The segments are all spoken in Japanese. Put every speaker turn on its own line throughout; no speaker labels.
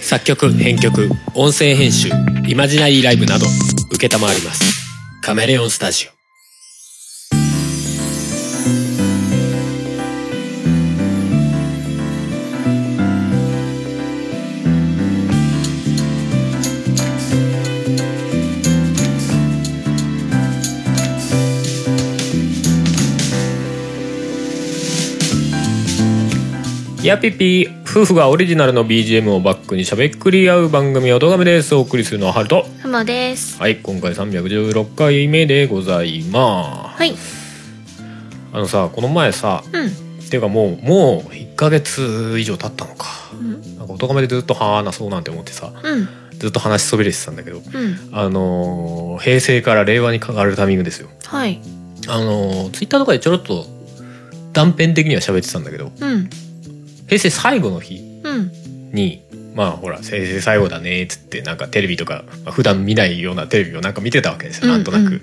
作曲編曲音声編集イマジナリーライブなど承りますカメレオンスタジオいやピピ夫婦がオリジナルの BGM をバックにしゃべっくり合う番組「おとがめ」ですお送りするのはハルト
ハマです。
はい今回316回目でございま
はい。
すあのさこの前さ
うん。
っていうかもうもう1ヶ月以上経ったのか
うん。
なんかおとがめでずっと話そうなんて思ってさ
うん。
ずっと話しそびれてたんだけど
うん。
あのー平成から令和に変わるタイミングですよ
はい。
あのツイッター Twitter とかでちょろっと断片的には喋ってたんだけど
うん。
平成最後の日
うん。
にまあほら平成最後だねっつってなんかテレビとか、まあ、普段見ないようなテレビをなんか見てたわけですよ、なんとな
うんう
く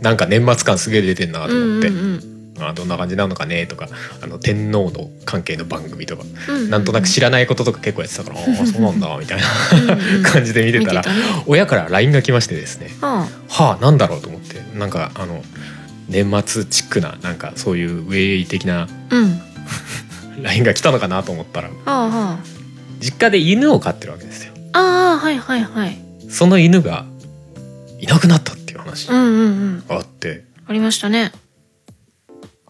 なんか年末感すげえ出てんな
う
と思
ん。
って、
うん。
あどんな感じなのかねとかあの天皇の関係の番組とか、
うん。
なんとなく知らないこととか結構やってたから、ああそうなんだみたいな
うんうん
感じで見てたら、
見てたね
親から LINE が来ましてですね
は
はあなんだろうと思ってなんかあの年末チックななんかそういうウェイ的な
あ。うん。は
LINE が来たのかなと思ったら
あは
実家で犬を飼ってるわけですよ
あ。ああ、はいはいはい。
その犬がいなくなったっていう話
う
が
んうんうん。
あって、
ありましたね。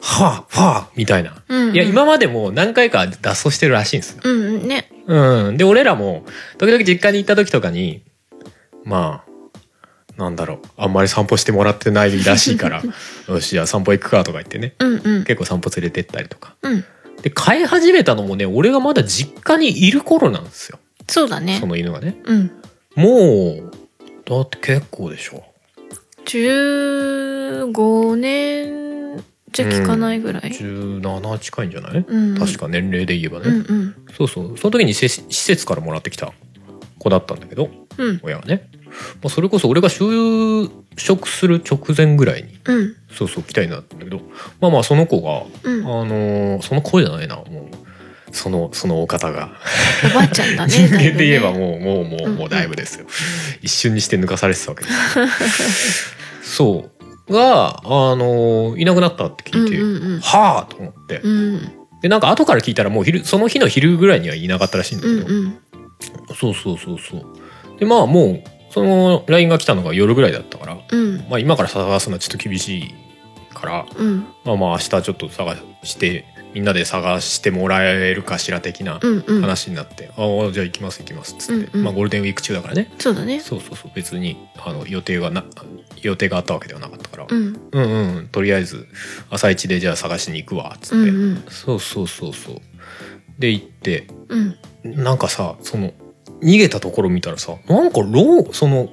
はあはあみたいな、
うんうん
いや今までも何回か脱走してるらしいんですよ、
うんうん。ね。
うん、で俺らも時々実家に行った時とかにまあなんだろうあんまり散歩してもらってないらしい からよしじゃあ散歩行くかとか言ってね
うんうん。
結構散歩連れてったりとか
うん。
で飼い始めたのもね俺がまだ実家にいる頃なんですよ
そうだね
そ。の犬がね
うん。
もうだって結構でしょ
15年じゃ聞かないぐらい。
17近いんじゃない、
うんうん
確か年齢で言えばね、
うんうん。
そうそうその時に施施設からもらってきた子だったんだけど
うん。
親はね、まあ、それこそ俺が就職する直前ぐらいに
うん。
そうそう来たいなったんだけどまあまあその子が、
うん。お
あのーその子じゃないなもうそのそのお方が、
ばあちゃんだね。
人間で 言え
だ
ば
いぶね
もうもうもう
うん
もうだいぶですよ、一瞬にして抜かされてた わけですそうが、あのーいなくなったって聞いて、
うんうん
はあと思って、
うん。
でなんか後から聞いたらもう昼その日の昼ぐらいにはいなかったらしいんだ
うん
けど、
うん
そうそうそうそうでまあもうその LINE が来たのが夜ぐらいだったから、
うん。
まあ、今から探すのはちょっと厳しいから
うん。
まあまあ明日ちょっと探してみんなで探してもらえるかしら的な
うんうん。
話になって「ああじゃあ行きます行きます」っつって、
うんうん
まあ、ゴールデンウィーク中だからね
そうだね。
そうそうそう別にあの予定がな予定があったわけではなかったから、
うん。
うんうんとりあえず朝一でじゃあ探しに行くわっつって、
うんうん
そうそうそうそうで行って
うん
なんかさその逃げたところ見たらさなんかローその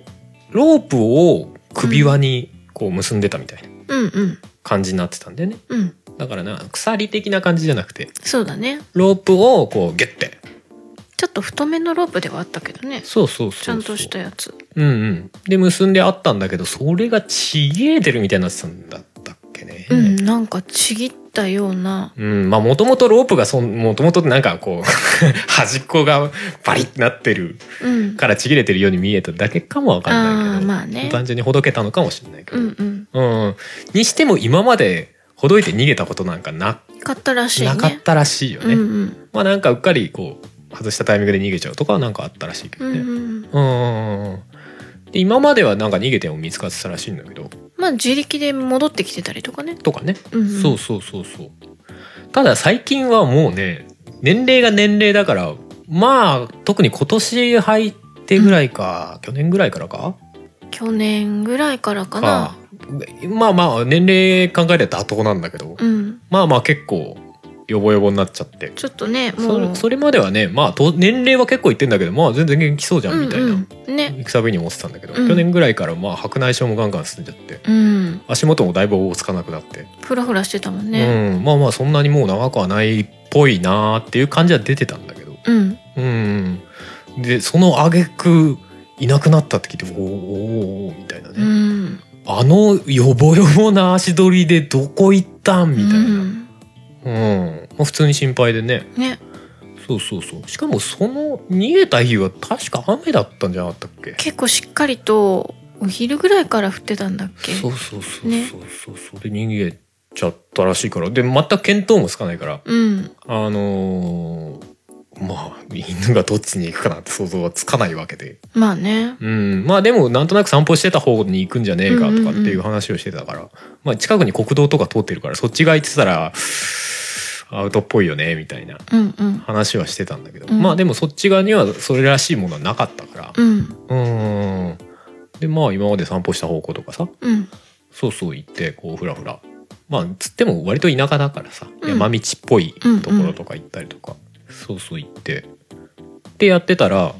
ロープを首輪にこう結んでたみたいな
うんうん
感じになってたんだよね
うん
だからな鎖的な感じじゃなくて
そうだね
ロープをこうギュッて
ちょっと太めのロープではあったけどね
そうそうそうそう
ちゃんとしたやつ
うんうんで結んであったんだけどそれがちぎれてるみたいになってたんだったっけね
うんなんかちぎったような
うん、まあもともとロープがそん、もともとなんかこう、端っこがバリってなってる
うん
からちぎれてるように見えただけかもわかんない
あ
け
ー
ど、
まあね
単純にほどけたのかもしれないけど。
う
うんん、
うん
にしても今までほどいて逃げたことなんかな、
買ったらしいね
なかったらしいよね。
うんうん
まあなんかうっかりこう、外したタイミングで逃げちゃうとかはなんかあったらしいけ
う
ど
ん
ね。
う
うん
ん
うんうんで今まではなんか逃げても見つかってたらしいんだけど、
まあ自力で戻ってきてたりとかね
とかね。
うんうん
そうそうそうそう。ただ最近はもうね、年齢が年齢だから、まあ、特に今年入ってぐらいか、去年ぐらいからか
去年ぐらいからか
か
な
まあまあ、年齢考えれば妥当なんだけど、
うん
まあまあ結構、ヨボヨボになっちゃって。
ちょっとねも
そうれそれまではね、まあ、と年齢は結構いってんだけど、まあ全然元気そうじゃんみたいな、
うんうんね
行くたびに思ってたんだけど、
うん
去年ぐらいからまあ白内障もガンガン進んじゃって、
うん
足元もだいぶ大つかなくなって、
フラフラしてたもんね
うん、まあまあそんなにもう長くはないっぽいなーっていう感じは出てたんだけど、
うん
うん、でその挙句いなくなったって聞いておーおーおーみたいなね、
うん
あのよぼよぼな足取りでどこ行ったんみたいな、
う
うん
ん
まあ、普通に心配でね
ね
そうそうそうしかもその逃げた日は確か雨だったんじゃなかったっけ
結構しっかりとお昼ぐらいから降ってたんだっけ
そうそうそう
ね
そうそうそう、で逃げちゃったらしいからで全く見当もつかないから
うん
あのーまあ犬がどっちに行くかなんて想像はつかないわけで
まあね
うんまあでもなんとなく散歩してた方に行くんじゃねえかとかっていう話をしてたから、まあ近くに国道とか通ってるからそっち側行ってたらアウトっぽいよねみたいな
うんうん
話はしてたんだけど、
うん
まあでもそっち側にはそれらしいものはなかったから
うん
うーんでまあ今まで散歩した方向とかさ
うん
そうそう行ってこうふらふらまあつっても割と田舎だからさ、
うん
山道っぽいところとか行ったりとか、そうそう行ってってやってたら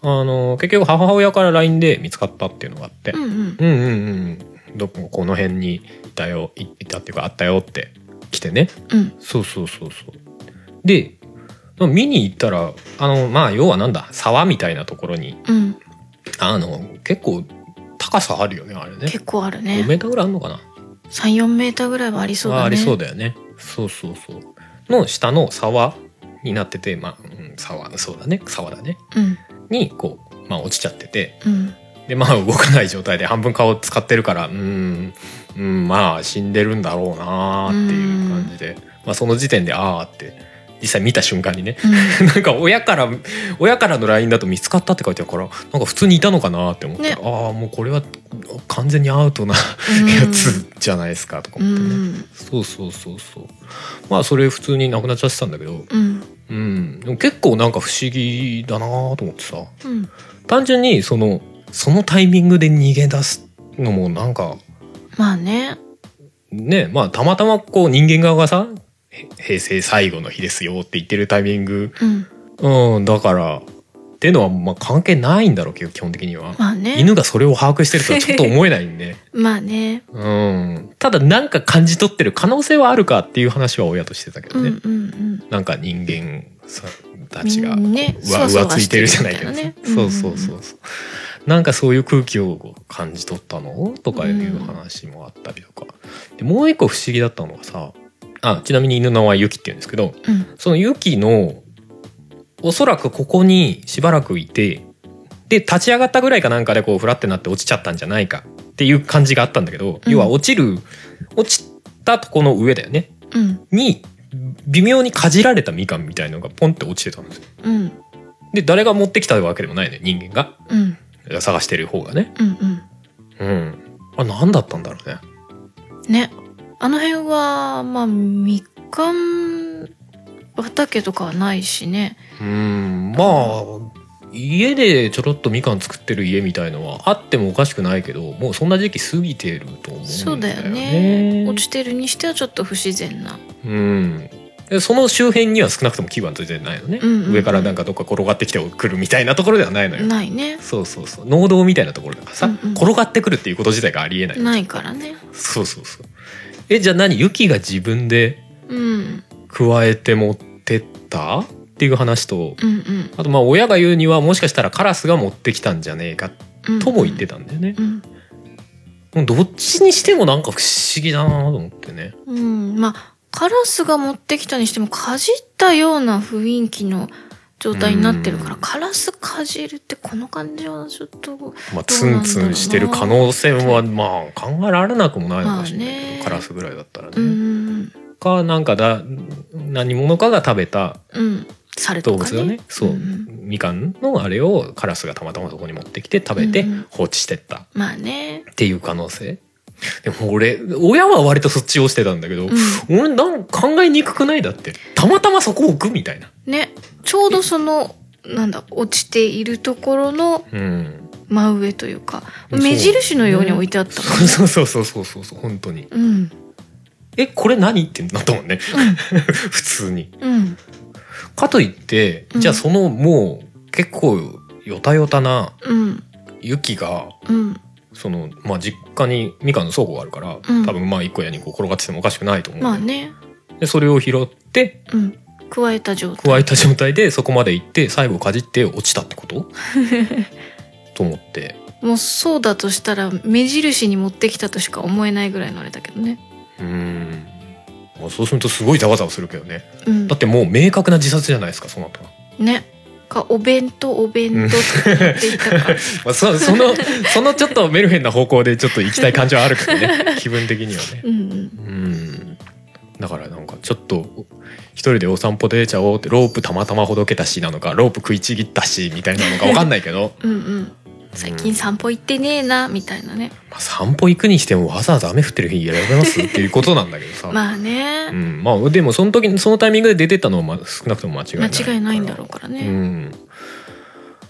あの結局母親から LINE で見つかったっていうのがあって、
うんうん
うんうんうんどここの辺にいたよいいたっていうかあったよって来てね
うん
そうそうそうそうで見に行ったらあのまあ要はなんだ沢みたいなところに
うん
あの結構高さあるよねあれね
結構ある
5
ね
メーターぐらいあるのかな
三四メーターぐらいはありそうだね
ありそうだよねそうそうそうの下の沢になっててまあ、うん、沢そうだね沢だね
うん
にこう、まあ、落ちちゃってて
うん
でまあ動かない状態で半分顔使ってるからうーんうんまあ死んでるんだろうなーっていう感じで、まあ、その時点でああって実際見た瞬間にね なんか親から親からの LINE だと見つかったって書いてあるからなんか普通にいたのかなって思って、
ね
ああもうこれは完全にアウトな
うん
やつじゃないですかとか
う
思ってね。
ん
そうそうそうそうまあそれ普通になくなっちゃってたんだけど
うん
うんでも結構なんか不思議だなと思ってさ
うん
単純にそのそのタイミングで逃げ出すのもなんか
まあね
ねまあたまたまこう人間側がさへ平成最後の日ですよって言ってるタイミング
うん
うんだからっていうのはまあ関係ないんだろうけど基本的には
まあね
犬がそれを把握してるとはちょっと思えないんで
まあね
うんただなんか感じ取ってる可能性はあるかっていう話は親としてたけ
う
ど
ん
ね、
うんうん
なんか人間さた
み
ち
ん
が
な
う
ねそ
わ
わそう
わ
わ
つい
してて
る
る
じゃ
み
ないけ
た
ど
いな
ね
ね、
そうそうそうそうなんかそういう空気を感じ取ったのとかいう話もあったりとか、でもう一個不思議だったのがさあちなみに犬の名はユキって言うんですけど
うんうん
そのユキのおそらくここにしばらくいてで立ち上がったぐらいかなんかでこうフラってなって落ちちゃったんじゃないかっていう感じがあったんだけど、
うん
要は落ちる落ちたとこの上だよね
うん
に微妙にかじられたみかんみたいのがポンって落ちてたんですよ
うん
で誰が持ってきたわけでもないね人間が
うん
いや探してる方がね
うんうん
うんあ何だったんだろうね
ねあの辺はまあみかん畑とかはないしね
うんまあ家でちょろっとみかん作ってる家みたいのはあってもおかしくないけどもうそんな時期過ぎてると思うんだよね
そうだよね落ちてるにしてはちょっと不自然な
うんでその周辺には少なくとも牙はついてないのね、
うんうんうん
上からなんかどっか転がってきてくるみたいなところではないのよ
ないね
そうそうそう農道みたいなところだからさ、
うんうん
転がってくるっていうこと自体がありえない
ないからね
そうそうそうえじゃあ何ユキが自分で
うん
加えて持ってったっていう話と
うんうん
あとまあ親が言うにはもしかしたらカラスが持ってきたんじゃねえか
うん
とも言ってたんだよね
う、ん、
もうどっちにしてもなんか不思議だなと思ってね
うん、まあカラスが持ってきたにしてもかじったような雰囲気の状態になってるから
うん
カラスかじるってこの感じはちょっと
まあツンツンしてる可能性はまあ考えられなくもないのかもしれない
まあ
けど
ね
カラスぐらいだったらね、
うん
かなんかだ何者かが食べた
うん猿
動
とか
物がね
ね
そう、
ん
みかんのあれをカラスがたまたまそこに持ってきて食べて
うんうん
放置してった
まあね
っていう可能性でも俺親は割とそっちをしてたんだけど、
うん
俺なんか考えにくくないだってたまたまそこ置くみたいな
ねちょうどそのなんだ落ちているところの
うん
真上というか
そう
目印のように置いてあったもんね
そうそうそうそうそうそう本当に
うん
えこれ何ってなったもんね 普通に
うん
かといって
うん
じゃあそのもう結構よたよたな
うん
雪が
うん
そのまあ実家にみかんの倉庫があるから、
うん
多分まあ1個や2個転がっててもおかしくないと思う、
まあね
でそれを拾って
うん加えた状態
加えた状態でそこまで行って最後かじって落ちたってことと思って
もうそうだとしたら目印に持ってきたとしか思えないぐらいのあれだけどね
うーんもうそうするとすごいざわざわするけどね
うん
だってもう明確な自殺じゃないですかそうなったら、
ねかお弁当お弁当とか言っていたから
まあ、そそのそのちょっとメルヘンな方向でちょっと行きたい感じはあるけどね気分的にはね
うんうん
うんだからなんかちょっと一人でお散歩出ちゃおうってロープたまたまほどけたしなのかロープ食いちぎったしみたいなのかわかんないけど
うんうん最近散歩行ってねえなみたいなね
まあ、散歩行くにしてもわざわざ雨降ってる日やられますっていうことなんだけどさ
まあ
う
ね
ん、まあでもその時にそのタイミングで出てったのはまあ少なくとも間違いな
間
いから
違いないんだろうから
う
ね
ん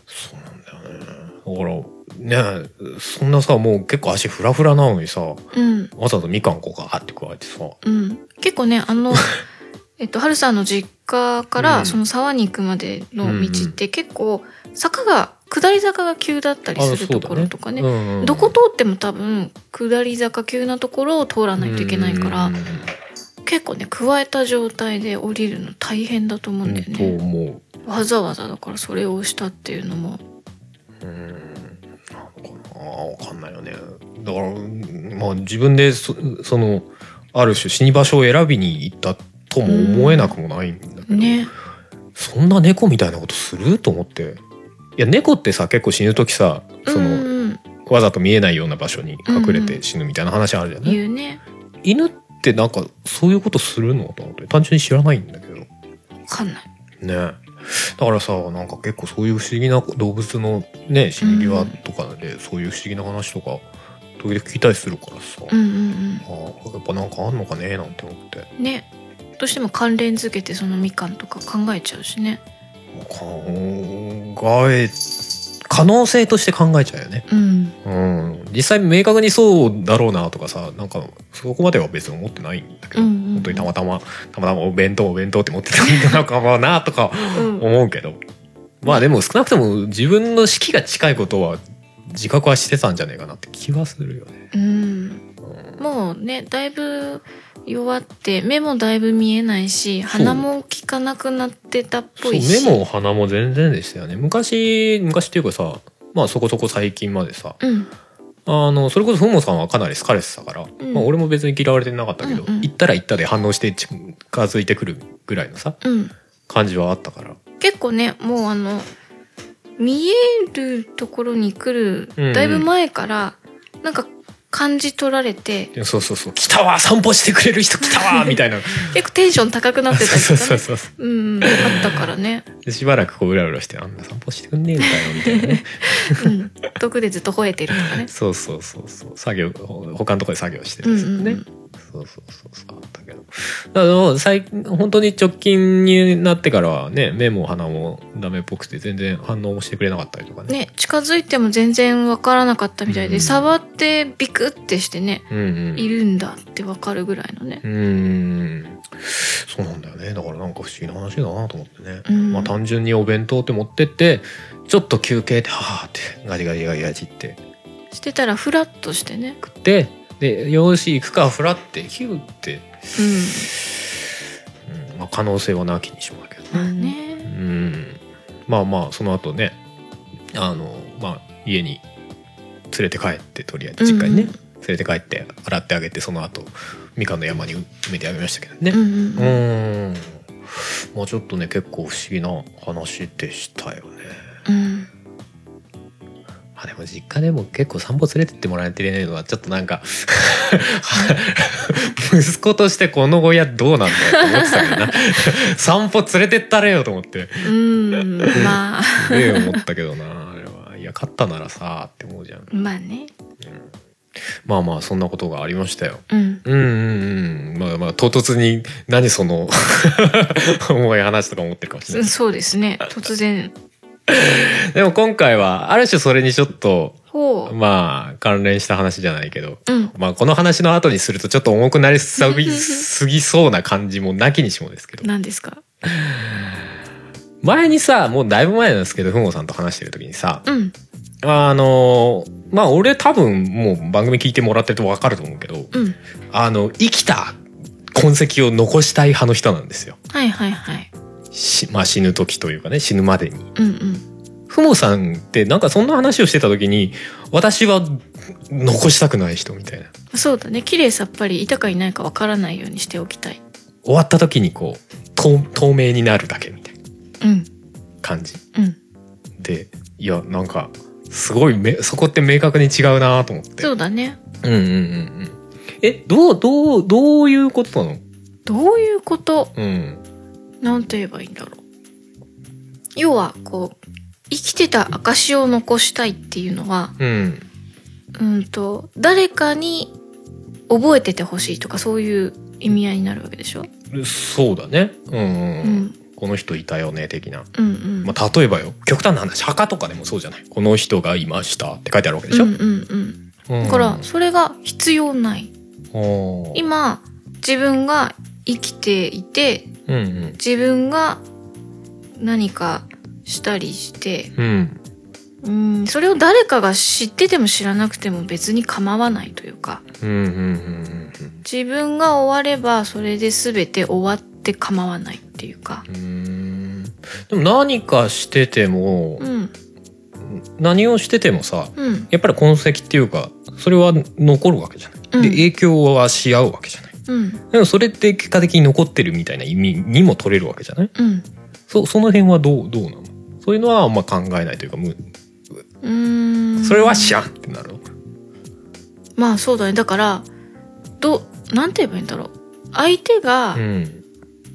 そうなんだよねだからねえそんなさもう結構足フラフラなのにさわ
うん
ざわざみかんこうかって加えてさ
うん結構ね あのえっと春さんの実家か
うん
らその沢に行くまでの道って結構坂が下り坂が急だったりするところとかね
うんうん
どこ通っても多分下り坂急なところを通らないといけないから、
うん
結構ね加えた状態で降りるの大変だと思うんだよ
と
ね、
思う
わざわざだからそれをしたっていうのも
うんなのかなわかんないよねだからうんまあ自分でそそのある種死に場所を選びに行ったとも思えなくもないんだけど、
ね
そんな猫みたいなことすると思っていや猫ってさ結構死ぬ時さその、
うんうん
わざと見えないような場所に隠れ
うんう
て
ん
死ぬみたいな話あるじゃない、
言うね
犬ってなんかそういうことするのと思って単純に知らないんだけどね
わかんない
だからさなんか結構そういう不思議な動物のね死に際とかで、そういう不思議な話とか時々聞いたりするからさ、
う
あ
んうん
あやっぱなんかあんのかねなんて思って
うんねどうしても関連づけてそのみかんとか考えちゃうしね
考え可能性として考えちゃうよね
うん
うん、実際明確にそうだろうなとかさなんかそこまでは別に思ってないんだけど、
うんうんうん
本当にたまたまたまたまお弁当お弁当って持ってたのかもなとか
うん
思うけど、まあでも少なくとも自分の式が近いことは自覚はしてたんじゃないかなって気はするよね。
うん
うん
もうねだいぶ弱って目もだいぶ見えないし鼻も効かなくなってたっ
そ
ぽ
う
いし
目も鼻も全然でしたよね昔昔っていうかさまあそこそこ最近までさ
うん
あのそれこそふもさんはかなり好かれてたから、
うん
まあ、俺も別に嫌われてなかったけど、
うんうん
行ったら行ったで反応して近づいてくるぐらいのさ
うん
感じはあったから
結構ねもうあの見えるところに来
うんうん
るだいぶ前から、なんか感じ取られて
いやそうそうそう「来たわ散歩してくれる人来た わ」みたいな
結構テンション高くなってたり
そう
とか、
そう
ね、
そうそ
うんうんあったからね、
うでしばらくこううらうらして「あんな散歩してくんねえんだよ」みたいな ね
うん、毒でずっと吠えてるとかね
そうそうそうそう作業ほ他のところで作業して
う
るん
ん
ですよ
うん
ね、そうそうそうそうあったけどだから最近本当に直近になってからはね目も鼻もダメっぽくて全然反応もしてくれなかったりとか
うん
ね
ね近づいても全然わからなかったみたいで、
うん
触ってビクってしてね
うんうん
いるんだってわかるぐらいのね
うーんそうなんだよねだからなんか不思議な話だなと思ってね、
うん
まあ単純にお弁当って持ってってちょっと休憩ではあってガリガリガリガリって
してたらフラッとしてね
食ってでよし行くかフラってヒューって、うんまあ、可能性はなきにしもあらず
うんまあ
う
ね
んまあまあその後ねあのまあ家に連れて帰ってとりあえず実家にね、
うん
連れて帰って洗ってあげてその後みかんの山に埋めてあげましたけどね、
うんう
う
んうん
ーん。まあちょっとね結構不思議な話でしたよね。
うん
あでも実家でも結構散歩連れてってもらえてるのはちょっとなんか 息子としてこの親どうなんだよって思ってたけどな 散歩連れてったれよと思って
うんまあ
すげえ思ったけどなあれはいや勝ったならさって思うじゃん
まあね
まあまあそんなことがありましたよ
うん
うんうんうんまあまあ唐突に何その 重い話とか思ってるかもしれない
そうですね突然
でも今回はある種それにちょっと
ほ
まあ関連した話じゃないけど、
ううん
まあ、この話の後にするとちょっと重くなりすぎすぎそうな感じもなきにしもですけど
何ですか
前にさもうだいぶ前なんですけどふもさんと話してる時にさ
うん
あのまあ俺多分もう番組聞いてもらってると分かると思うけど
うん
あの生きた痕跡を残したい派の人なんですよ。
はいはいはい
しまあ、死ぬ時というかね死ぬまでに。
うんうん
ふもさんってなんかそんな話をしてた時に私は残したくない人みたいな。
そうだね綺麗さっぱりいたかいないかわからないようにしておきたい
終わった時にこう透透明になるだけみたいな
うん
感じ
うん
でいやなんかすごいめそこって明確に違うなと思って
そうだね
うんうんうんうんえどうどうどういうことなの
どういうこと
うん
なんて言えばいいんだろう要はこう生きてた証を残したいっていうのは
うん
うんと誰かに覚えててほしいとかそういう意味合いになるわけでしょ、
そうだねうん、
う
うん
ん、うん
この人いたよね的な、
うん
まあ、例えばよ極端な話墓とかでもそうじゃないこの人がいましたって書いてあるわけでしょ、
うんうんうん
うん
だからそれが必要ない
おー
今自分が生きていて
うんうん
自分が何かしたりして
うん
うんそれを誰かが知ってても知らなくても別に構わないというか
うんうんうん
自分が終わればそれで全て終わって構わないっていうか
うんうんでも何かしてても、
うん
何をしててもさ
うん
やっぱり痕跡っていうかそれは残るわけじゃない、
うん
で影響はし合うわけじゃない
うん
でもそれって結果的に残ってるみたいな意味にも取れるわけじゃない
うん
そその辺はどうどうなのそういうのはあんま考えないというかむ
うーん
それは知らんってなるの
まあそうだねだからどなんて言えばいいんだろう相手が
うん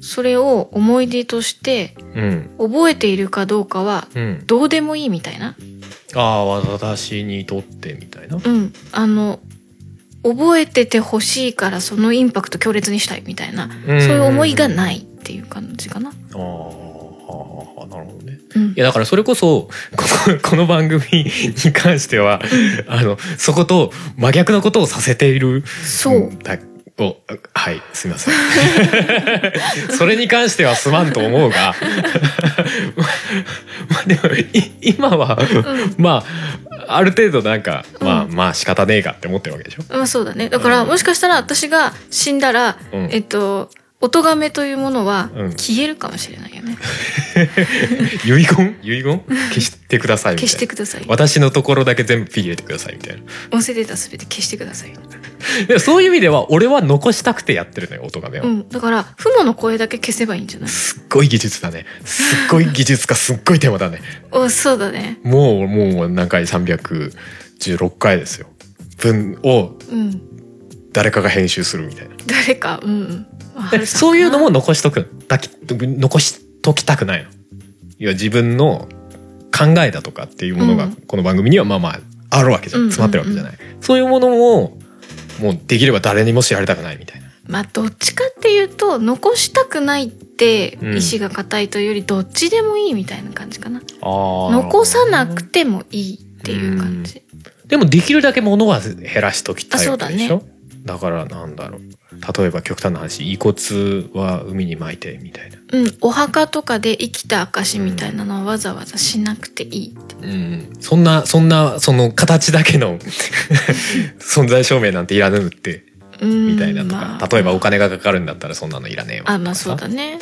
それを思い出として
うん
覚えているかどうかは
うん
どうでもいいみたいな
ああ私にとってみたいな
うんあの覚えててほしいからそのインパクト強烈にしたいみたいな
そう
そういう思いがないっていう感じかな
あーあーなるほどね
うん
いやだからそれこそこの この番組に関してはあのそこと真逆のことをさせている
そう
うんだおはいすみません それに関してはすまんと思うが ままあでもい今は
うん
まあある程度なんかまあ
う
まあ仕方ねえかって思ってるわけでしょ
まあそうだねだから
うん
もしかしたら私が死んだら、
うん
えっとお咎めというものは
うん
消えるかもしれないよね、
遺言遺言消してくださいみたい
消
な
してください
私のところだけ全部ピー入れてくださいみたいな
音声データすべて消してください
でもそういう意味では俺は残したくてやってるのよ音がね、
うん、だから、父母の声だけ消せばいいんじゃない
すっごい技術だねすっごい技術かすっごいテーマだね
お、そうだね。
もうもう何回316回ですよ分を
うん。
誰かが編集するみたいな
誰か、うんうんまあ。
でそういうの
も、
も残しとくだき残しときたくないのいや自分の考えだとかっていうもの
う
が
ん
この番組にはまあまああるわけじゃん
うんうんうん
詰まってるわけじゃない、そういうものももうできれば誰にも知られたくないみたいな
まあ、どっちかっていうと、残したくないって、
うん
意志が固いというより、どっちでもいいみたいな感じかな。
あー
残さなくてもいいっていう感じ。
でもできるだけ物は減らしときたい
あそ
わ
うだ
け
ね
でしょだからなんだろう例えば極端な話遺骨は海に撒いてみたいな
うん、お墓とかで生きた証みたいなのはわざわざしなくていいって。
うんそんなそんなその形だけの 存在証明なんていらぬって
うん。
みたいなとか、
まあ
例えばお金がかかるんだったらそんなのいらねえわ
あ、まあそうだね。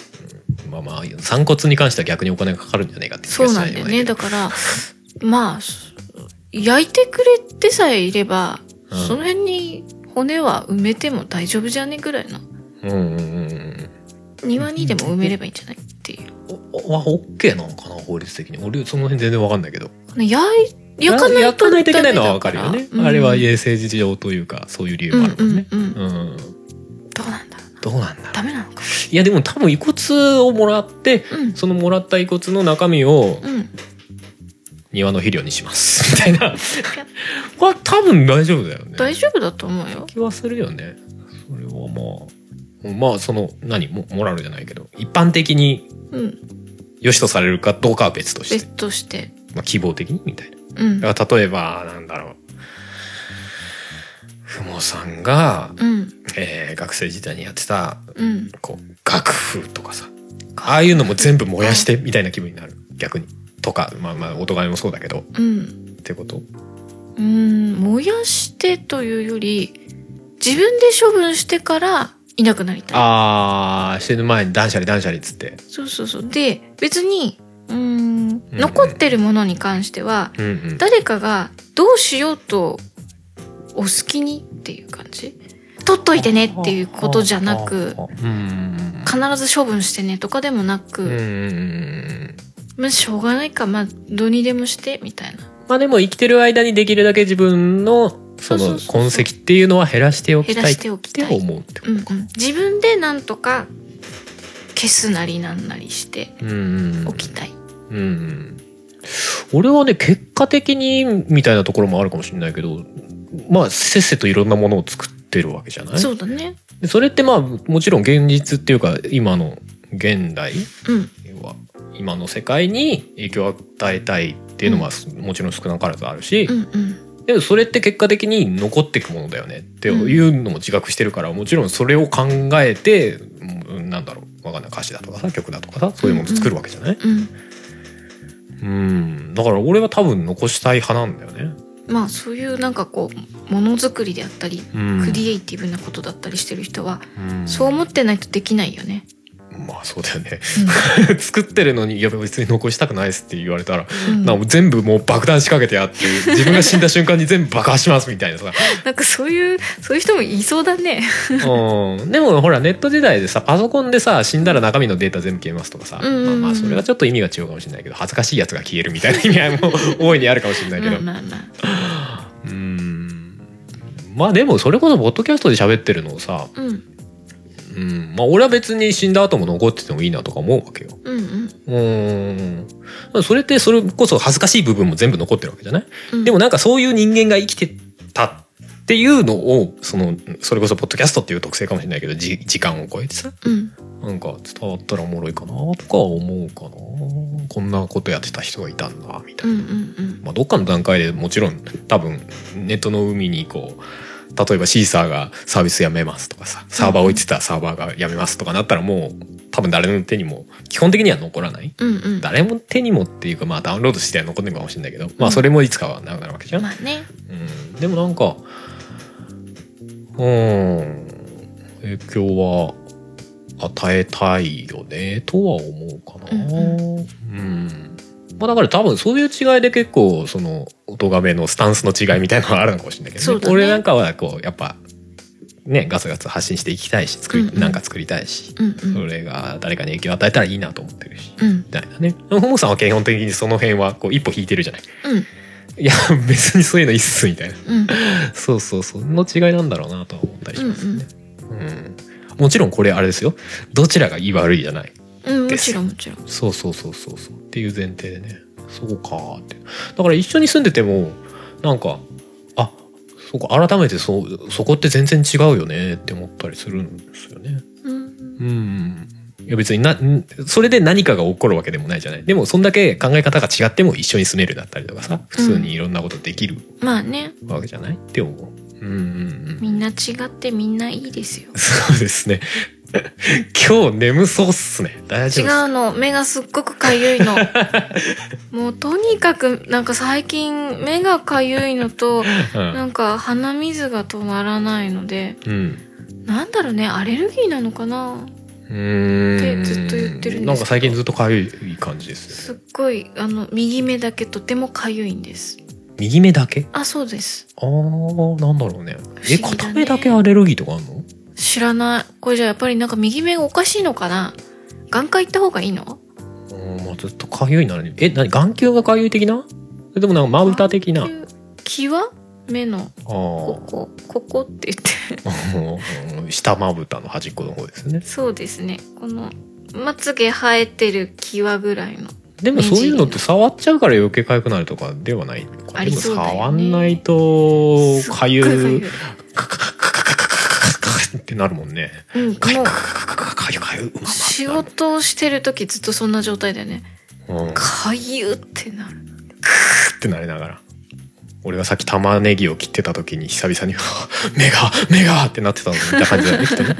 まあまあ散骨に関しては逆にお金がかかるんじゃないかって気
そ
が
う
し
な
ない
んだ
で
よ
もないけ
ね。
ど
だから、まあ、焼いてくれてさえいれば、
うん
その辺に骨は埋めても大丈夫じゃねぐらいの。
うんうんうんうん
庭にでも埋めればいいんじゃないっていう。
おおはオッケーなのかな法律的に俺その辺全然わかんないけど
あの焼い、焼かないと
やといけないのは
ダメだ
わかるよね、
ら
あれは
うん
衛生事情というかそういう理由
う
も
ん
あるもんね、
うんうん。
うん
どうなんだろうな。
どうなんだろ
ダメなのか。
ういやでも多分遺骨をもらって
うん。
そのもらった遺骨の中身を
うん。
庭の肥料にします みたいなこれ多分大丈夫だよね
大丈夫だと思うよ。
気はするよねそれはまあまあその何もモラルじゃないけど一般的に
うん。
良しとされるかどうかは別とし
別
て、
として。
まあ、希望的にみたいな
うん。
だから例えばなんだろうふもさんが
うん。
えー学生時代にやってた
うん。
こう楽譜とかさああいうのも全部燃やしてみたいな気分になる逆にとかまあまあお互いもそうだけどっ
うん。
てこと
うん。燃やしてというより、自分で処分してからいなくなりたい。
ああ死ぬ前に断捨離断捨離っつって
そうそうそう。で、別に、うーん、
うん
残ってるものに関しては、
うんうん
誰かがどうしようとお好きにっていう感じ。取っといてねっていうことじゃなく
うん
必ず処分してねとかでもな
うんうんうん
く、まあしょうがないかまあどうにでもしてみたいな
まあでも生きてる間にできるだけ自分のそ
そうそ
の
うそうそう
痕跡っていうのは減らしておき
減
た
ら
い
し
って
ておきたい、
思うってこ
うんうん、自分でなんとか消すなりなんなりして
と。うんうんうん
おきたい、
うん俺はね結果的にみたいなところもあるかもしれないけどまあせっせといろんなものを作ってるわけじゃない
そうだね
でそれってまあもちろん現実っていうか今の現代
うん
要は今の世界に影響を与えたいっていうのは、もちろん少なからずあるし
う、んうん
でもそれって結果的に残っていくものだよねっていうのも自覚してるから、もちろんそれを考えてうんなんだろうわかんない歌詞だとかさ曲だとかさそういうもの作るわけじゃない、
うん
うんだから俺は多分残したい派なんだよね。
まあそういうなんかこうものづくりであったり、
うん
クリエイティブなことだったりしてる人は
うん
そう思ってないとできないよね。
まあそうだよね 作ってるのに「いや別に残したくないです」って言われたら、
うんうん
なんか全部もう爆弾仕掛けてやって自分が死んだ瞬間に全部爆破しますみたいなさ、
なんかそういうそういう人もいそうだね。
うん、でもほらネット時代でさパソコンでさ死んだら中身のデータ全部消えますとかさ、
うん
ま
うんう
あ、
ん
まあそれはちょっと意味が違うかもしれないけど恥ずかしいやつが消えるみたいな意味合いも大いにあるかもしれないけど
まあまあまあ。
うんまあでもそれこそポッドキャストで喋ってるのをさ、
うん
うん、まあ俺は別に死んだ後も残っててもいいなとか思うわけよ。
うんうん
うーん。それってそれこそ恥ずかしい部分も全部残ってるわけじゃない、
うん。
でもなんかそういう人間が生きてたっていうのを、その、それこそポッドキャストっていう特性かもしれないけど、じ時間を超えてさ、
うん
なんか伝わったらおもろいかなとかは思うかな。こんなことやってた人がいたんだ、みた
う
い
んう
な。
ん
まあ、どっかの段階でもちろん多分ネットの海にこう例えばシーサーがサービスやめますとかさサーバー置いてたサーバーがやめますとかなったらもう多分誰の手にも基本的には残らない
うんうんうん。
誰も手にもっていうかまあダウンロードしては残ってるかもしれないけどまあそれもいつかはなくなるわけじゃん、
まあね。
うん、でもなんかうん影響は与えたいよねとは思うかな。
う
うん
ん
まあ、だから多分そういう違いで結構その音がめのスタンスの違いみたいなのがあるのかもしれないけど、
そうだね
俺なんかはこうやっぱねガツガツ発信していきたいし作り、
うんうん
なんか作りたいし
うんう
そ
ん
れが誰かに影響を与えたらいいなと思ってるし。
うん
みたいなね。ホモさんは基本的にその辺はこう一歩引いてるじゃない。
うん
いや別にそういうのいいっすみたいな。
うん
そうそうそうの違いなんだろうなとは思ったりしますね。うん、もちろんこれあれですよ。どちらがいい悪いじゃない。
うん。も
で
ち
す
ろんもちろん。
そうそうそうそうそうっていう前提でね。そうかーって。だから一緒に住んでてもなんかあそうか改めてそうそこって全然違うよねって思ったりするんですよね。
うん
うん。いや別になんそれで何かが起こるわけでもないじゃない。でもそんだけ考え方が違っても一緒に住めるだったりとかさ普通にいろんなことできる
まあね。
わけじゃないって思う。うんうんうん。
みんな違ってみんないいですよ。
そうですね。 今日眠そうっすね。大
違
丈夫です。
うの目がすっごくかゆ いのもうとにかくなんか最近目がかゆいのとなんか鼻水が止まらないので
うん。
なんだろうねアレルギーなのかな
うん。
ってずっと言ってるんですけど
なんか最近ずっとかゆい感じですよね。
すっごいあの右目だけとてもかゆいんです
右目だけ
あそうです
あー、なんだろうね。え、
不思議だね
片目だけアレルギーとかあるの
知らないこれじゃあやっぱりなんか右目がおかしいのかな眼科行った方がいいの
うん、まあずっとかゆいならね。え、なに眼球がかゆい的なそれともなんかまぶた的な。あ
際目の
あ
こ
ー。
こここって言って
うん下まぶたの端っこの方ですね。
そうですねこのまつげ生えてる際ぐらいの
でもそういうのって触っちゃうから余計かゆくなるとかではないのか
ありそうだよね
でも触んないと
すっご
か
い
ゆい
か
カカカカカカカカカカってなるもんね。
ゆいうん
かゆ
も
かゆかゆかゆかゆうま
う仕事をしてる時ずっとそんな状態だよね
うん、か
かゆってなる
ってなりながら。俺がさっき玉ねぎを切ってた時に久々に「目が目が!」ってなってたのみたいな感じだよねきっとね。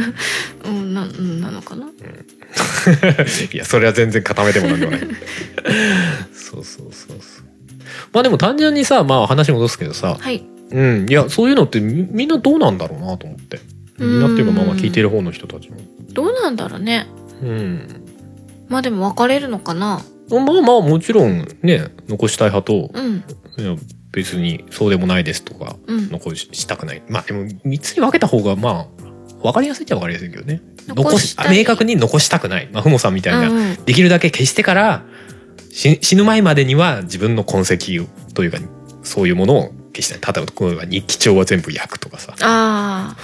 うんなうんなのかない
やそれは全然固めてもなんでもない。そうそうそうそう。まあでも単純にさまあ話戻すけどさ、
はい
うんいやそういうのってみみんなどうなんだろうなと思って。みんなっていうかまあまあ聞いてる方の人たちも。
どうなんだろうね
うん
まあでも別れるのかな
まあまあもちろんね残したい派と
うん
いや別にそうでもないですとか
うん
残ししたくないまあでも3つに分けた方がまあ分かりやすいっちゃ分かりやすいけどね
残
残
し
した
い
明確に残したくない、まあ、ふもさんみたいな、
うん
できるだけ消してからし死ぬ前までには自分の痕跡をというかそういうものを消したい例えばこういうのが日記帳は全部焼くとかさ
あ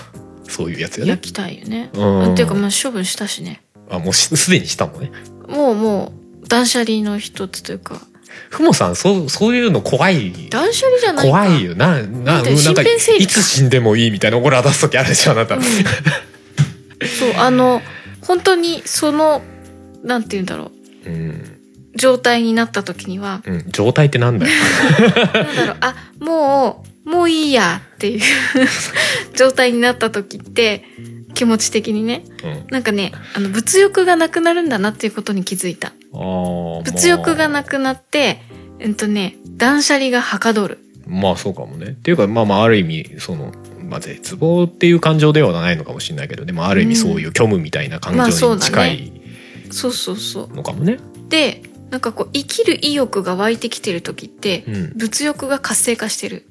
そういうやつ
あ
よね
焼きたいよね
う
うん
ん
っていうかまあ処分したしね
あもうしすでにしたもんね
もうもう断捨離の一つというか
ふもさんそうそういうの怖い
断捨離じゃないか
怖いよなな
だって
うんなんか
身辺整理
いつ死んでもいいみたいなオーラ出す時あるでしょあなた、
うんそうあの本当にそのなんて言うんだろう
うん
状態になった時には
うん、状態って なんだよ
なんだろうあもうもういいやっていう 状態になった時って気持ち的にね
うん
なんかねあの物欲がなくなるんだなっていうことに気づいた
あー
物欲が
まあ
なくなってうんとね断捨離がはかどる
まあそうかもねっていうかまあまあある意味その、まあ、絶望っていう感情ではないのかもしれないけどでもある意味そういう虚無みたいな感
まあそ
情
う
に
だね
近い
そうそうそう
のかもね,、
でなんかこう生きる意欲が湧いてきてる時って
うん
物欲が活性化してる、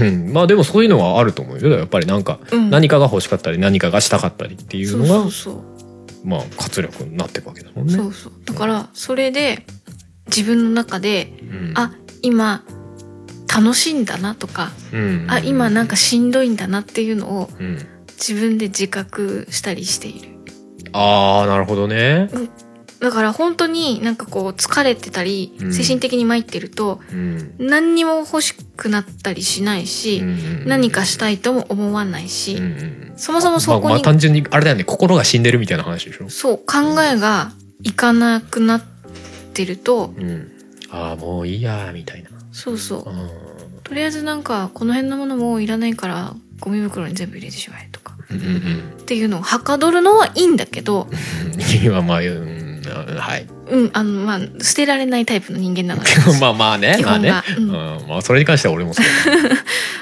うん、まあでもそういうのはあると思うよやっぱりなんか
うん、
何かが欲しかったり何かがしたかったりっていうのが
そうそうそう
まあ活力になっていくわけだもんね
そうそうだからそれで自分の中で
うん
あ今楽しいんだなとか
うん
あ今なんかしんどいんだなっていうのを
うん
自分で自覚したりしている
ああなるほどね、
だから本当になんかこう疲れてたり
うん
精神的に参ってると
うん
何にも欲しくなったりしないし何かしたいとも思わないし
うんうん
そもそもそ
まあ
こ
まあ
に
単純にあれだよね心が死んでるみたいな話でしょ、
そう考えがいかなくなってると
うん、ああもういいやみたいな
そうそう
うん
とりあえずなんかこの辺のものもういらないからゴミ袋に全部入れてしまえとか
うんうん
っていうのをはかどるのはいいんだけど、
うん今まあ、うん、はい
うん、あのまあ捨てられないタイプの人間なので
まあまあね
基
まあ
本
ね
が、う
うんんまあそれに関しては俺もそうだ、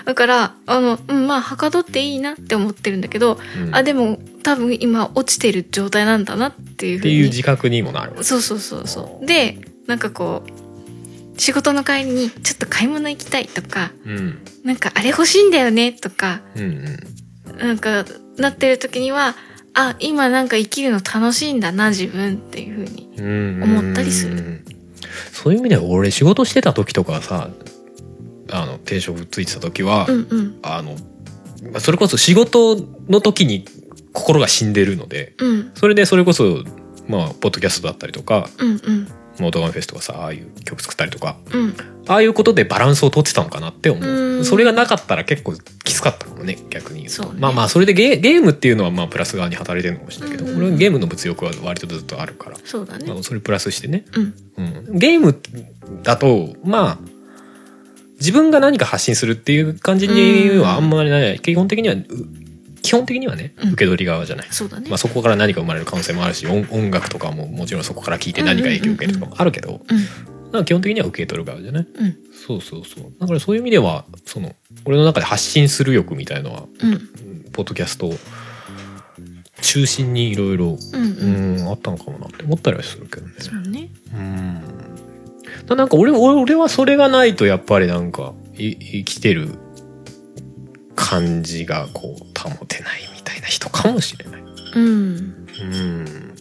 だからあの、うん、まあはかどっていいなって思ってるんだけど、
うん
あ
っ
でも多分今落ちてる状態なんだなっていうふう
て
に
いう自覚にもなる
そうそうそうそうでなんかこう仕事の帰りにちょっと買い物行きたいとか
うん
なんかあれ欲しいんだよねとか
うんうん
なんかなってる時にはあ今なんか生きるの楽しいんだな自分っていうふうに思
思
ったりする
そういう意味では俺仕事してた時とかさあの定職ついてた時は、
うんうん
あのまあそれこそ仕事の時に心が死んでるので
うん
それでそれこそまあポッドキャストだったりとか
うんうん
ノートガンフェスとかさああいう曲作ったりとか
うん
ああいうことでバランスを取ってたのかなって思う
うん
それがなかったら結構きつかったかもね逆に言うと
そうね
まあまあそれでゲーゲームっていうのはまあプラス側に働いてるのかもしれないけど、
うん
俺はゲームの物欲は割とずっとあるから、
そうだ
あ
ね
のそれプラスしてね
うん
うん、ゲームだとまあ自分が何か発信するっていう感じにはあんまりない、基本的にはう基本的にはね
うん
受け取り側じゃない、
そうだね
まあ、そこから何か生まれる可能性もあるし音音楽とかももちろんそこから聞いて何か影響を受けるとかもあるけど、
う
なんか基本的には受け取る側じゃない
んうん
そうそうそうだからそういう意味ではその俺の中で発信する欲みたいのは
うん
うんポッドキャストを中心にいろいろ
うんうん
あったのかもなって思ったりはするけどね。
そうね
うんだなんか俺俺俺はそれがないとやっぱりなんかい生きてる感じがこう保てないみたいな人かもしれない。
う
う
ん
ん。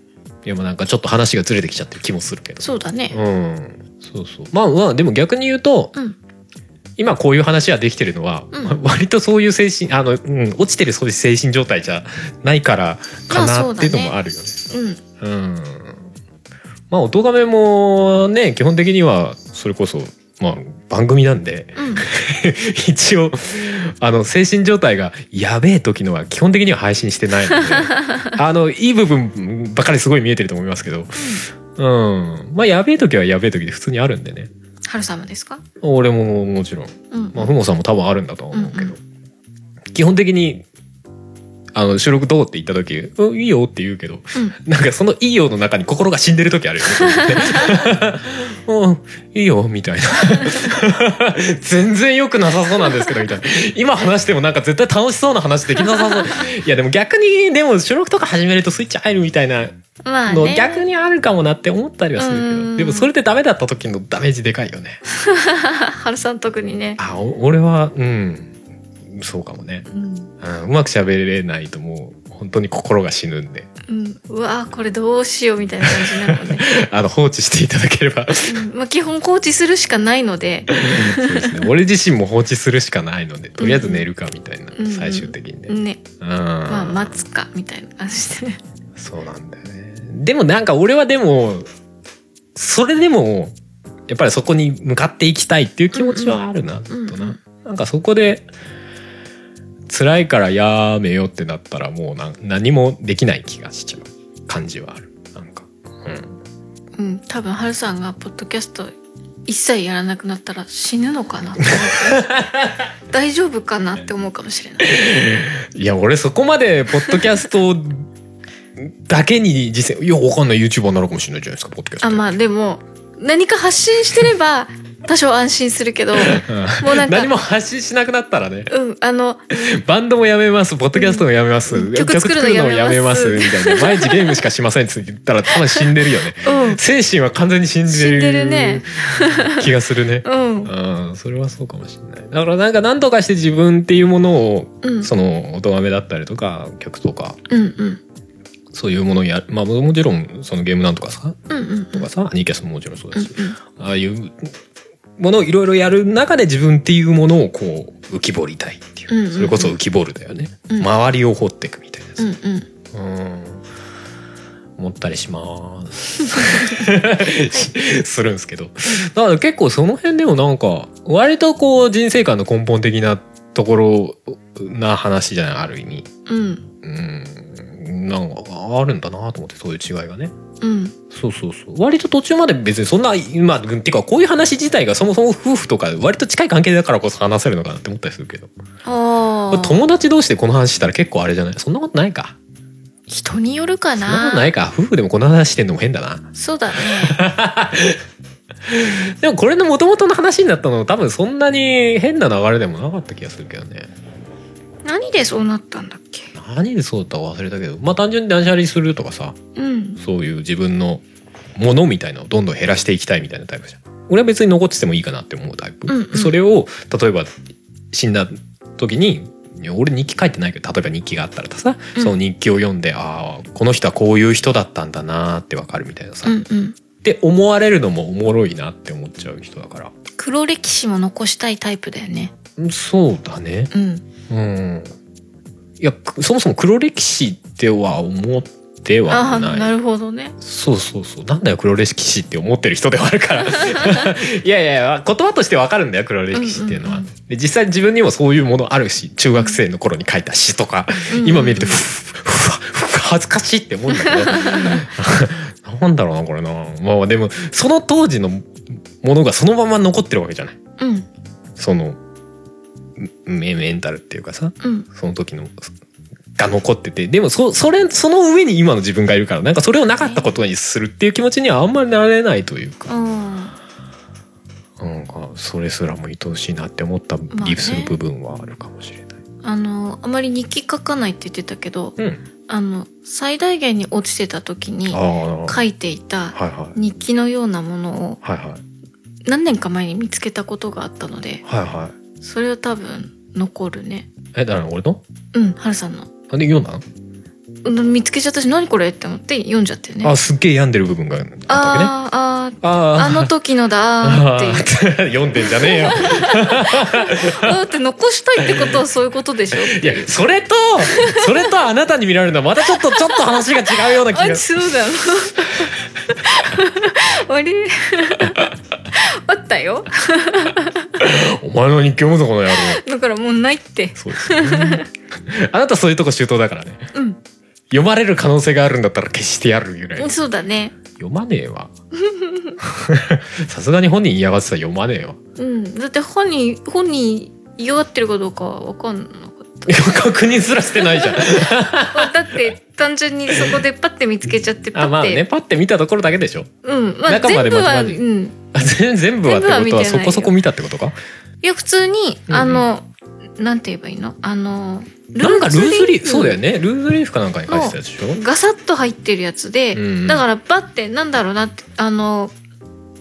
でもなんかちょっと話がずれてきちゃってる気もするけど。
そうだね
うん。そうそう。まあまあでも逆に言うと
うん
今こういう話ができてるのは、
うん
ま割とそういう精神あの、うん、落ちてるそういう精神状態じゃないからか
まあ
な
そう
っ
だ
て
ね
いうのもあるよね。
うん
うん。まあ、音亀もね、基本的には、それこそ、まあ、番組なんで、
うん
一応、あの、精神状態がやべえ時のは、基本的には配信してない ので、あの、いい部分ばかりすごい見えてると思いますけど、うん。まあ、やべえ時はやべえ時で普通にあるんでね。
春様ですか
俺ももちろん、
うん
まあ、ふもさんも多分あるんだとは思うけど、
うんう
基本的に、あの、収録どうって言った時、うん、いいよって言うけど、
うん
なんかその「いいよ」の中に心が死んでる時あるよね。うん、いいよみたいな全然よくなさそうなんですけどみたいな今話してもなんか絶対楽しそうな話できなさそういやでも逆にでも収録とか始めるとスイッチ入るみたいな
まあ
の
ね
逆にあるかもなって思ったりはするけ
う
ど
ん
でもそれでダメだった時のダメージでかいよね
春さん特にね、
あお俺はうんそうかもね、
うん
うん、うまく喋れないともう本当に心が死ぬんで
うん、うわーこれどうしようみたいな感じになるもん ね、
あの放置していただければ
うんまあ、基本放置するしかないので
そうですね俺自身も放置するしかないのでとりあえず寝るかみたいな、
うん
最終的にね、うん
ねまあ待つかみたいな感じでね
そうなんだよねでもなんか俺はでもそれでもやっぱりそこに向かっていきたいっていう気持ちはあるな、ずっとな、なんかそこで辛いからやめようってなったらもうな何もできない気がしちゃう感じはあるなんかうん
うん多分春さんがポッドキャスト一切やらなくなったら死ぬのかなって思 う大丈夫かなって思うかもしれない
いや俺そこまでポッドキャス トだけに実践いやわかんない YouTuber になるかもしれないじゃないですかポッドキャスト
あまあでも何か発信してれば多少安心するけど
うん
もうなんか
何も発信しなくなったらね
うんあの
バンドもやめます、ポッドキャストもやめます、
うん曲作るのやめます
曲作るのやめますみたいな。毎日ゲームしかしませんって言ったら多分死んでるよ ね。
うん
精神は完全に死んでる
死んでるね
気がするね。
うん
うん、それはそうかもしれない。だからなんか何とかして自分っていうものを、
うん
その音がめだったりとか曲とか
うんうん
そういうものをやるまあもちろんそのゲームなんとかさ
うんうん
とかさ、アニキャスももちろんそうだ
うん
し、ああいうものをいろいろやる中で自分っていうものをこう浮き彫りたいっていう、
うんうんうん
それこそ浮き彫るだよね、
うん
周りを掘っていくみたいなやつ
うんうんうん
うん思ったりします。しするんですけど。だから結構その辺でもなんか、割とこう人生観の根本的なところな話じゃない、ある意味。
うん
うん。なんかあるんだなと思って、そういう違いがね。
うん
そうそうそう。割と途中まで別にそんな、まあ、てかこういう話自体がそもそも夫婦とか割と近い関係だからこそ話せるのかなって思ったりするけど。
あ
これ
あ
友達同士でこの話したら結構あれじゃないそんなことないか。
人によるか
そんな
な
ことないか。夫婦でもこの話してんのも変だな。
そうだね
でもこれの元々の話になったの多分そんなに変な流れでもなかった気がするけどね。
何でそうなったんだっけ
何でそうだったか忘れたけど、まあ単純に断捨離するとかさ、
うん
そういう自分のものみたいのをどんどん減らしていきたいみたいなタイプじゃん。俺は別に残っててもいいかなって思うタイプ。
うんうん
それを、例えば死んだ時に、いや俺日記書いてないけど例えば日記があったらさ、
うん
その日記を読んでああこの人はこういう人だったんだなーってわかるみたいなさ、
う
っ
んうん
て思われるのもおもろいなって思っちゃう人だから
黒歴史も残したいタイプだよね
うんそうだね
うん
うんいやくそもそも黒歴史では思って
あ
は
あ
な
ー
い
なるほどね
そうそうそうなんだよ黒歴史って思ってる人ではある からいやいや言葉としてわかるんだよ黒歴史っていうのは、
うんうん
で実際自分にもそういうものあるし中学生の頃に書いた詩とか、
うん
今見るとふふふわふわ恥ずかしいって思うんだけど なんだろうなこれなまあでもその当時のものがそのまま残ってるわけじゃない
うん
そのメメンタルっていうかさ
うん
その時のが残っててでもそそれその上に今の自分がいるからなんかそれをなかったことにするっていう気持ちにはあんまりなれないというか、
あ
なんかそれすらも愛おしいなって思った
あね
りする部分はあるかもしれない。
ーあのあまり日記書かないって言ってたけどあの最大限に落ちてた時に
うん、ああ
書いていた
はいはい
日記のようなものを
はいはい
何年か前に見つけたことがあったので
はいはい
それは多分残るね
えだから俺の
うん春さんの
あで読んだの、
うん見つけちゃったし何これって思って読んじゃってね
あすっげえ病んでる部分があったわけね。
あーあー
あー
あの時のだーっていう
あー 読んでんじゃねえよ。
だって残したいってことはそういうことでしょ
いやそれとそれとあなたに見られるのはまたちょっとちょっと話が違うような気が
あそうだな あれあったよ
お前の日記読むぞこの野郎。
だからもうないって
そうです、ね。あなたそういうとこ周到だからね。
うん
読まれる可能性があるんだったら消してやるぐらい。
そうだね
読まねえわ。 さすがに本人嫌がってたら読まねえ わ。
うんだって本人本人嫌がってるかどうかは分かんなかっ
確認すらしてないじゃん。
た だって単純にそこでパッて見つけちゃってパッ
あ
て、
まあね、パッて見たところだけでしょ。
うんまあ
中まで
全部は
ま
う
ずまず
ん
あ全全部はってことは
全部は見てない
そ
よ
こそこ見たってことか。
いや普通に、
うん
あのなんて言えばいいのあの
なんかルーズリー
フ
フそうだよねルーズリーフかなんかに書いてたやつでしょ
ガサッと入ってるやつで、
うん
だからバッてなんだろうなってあの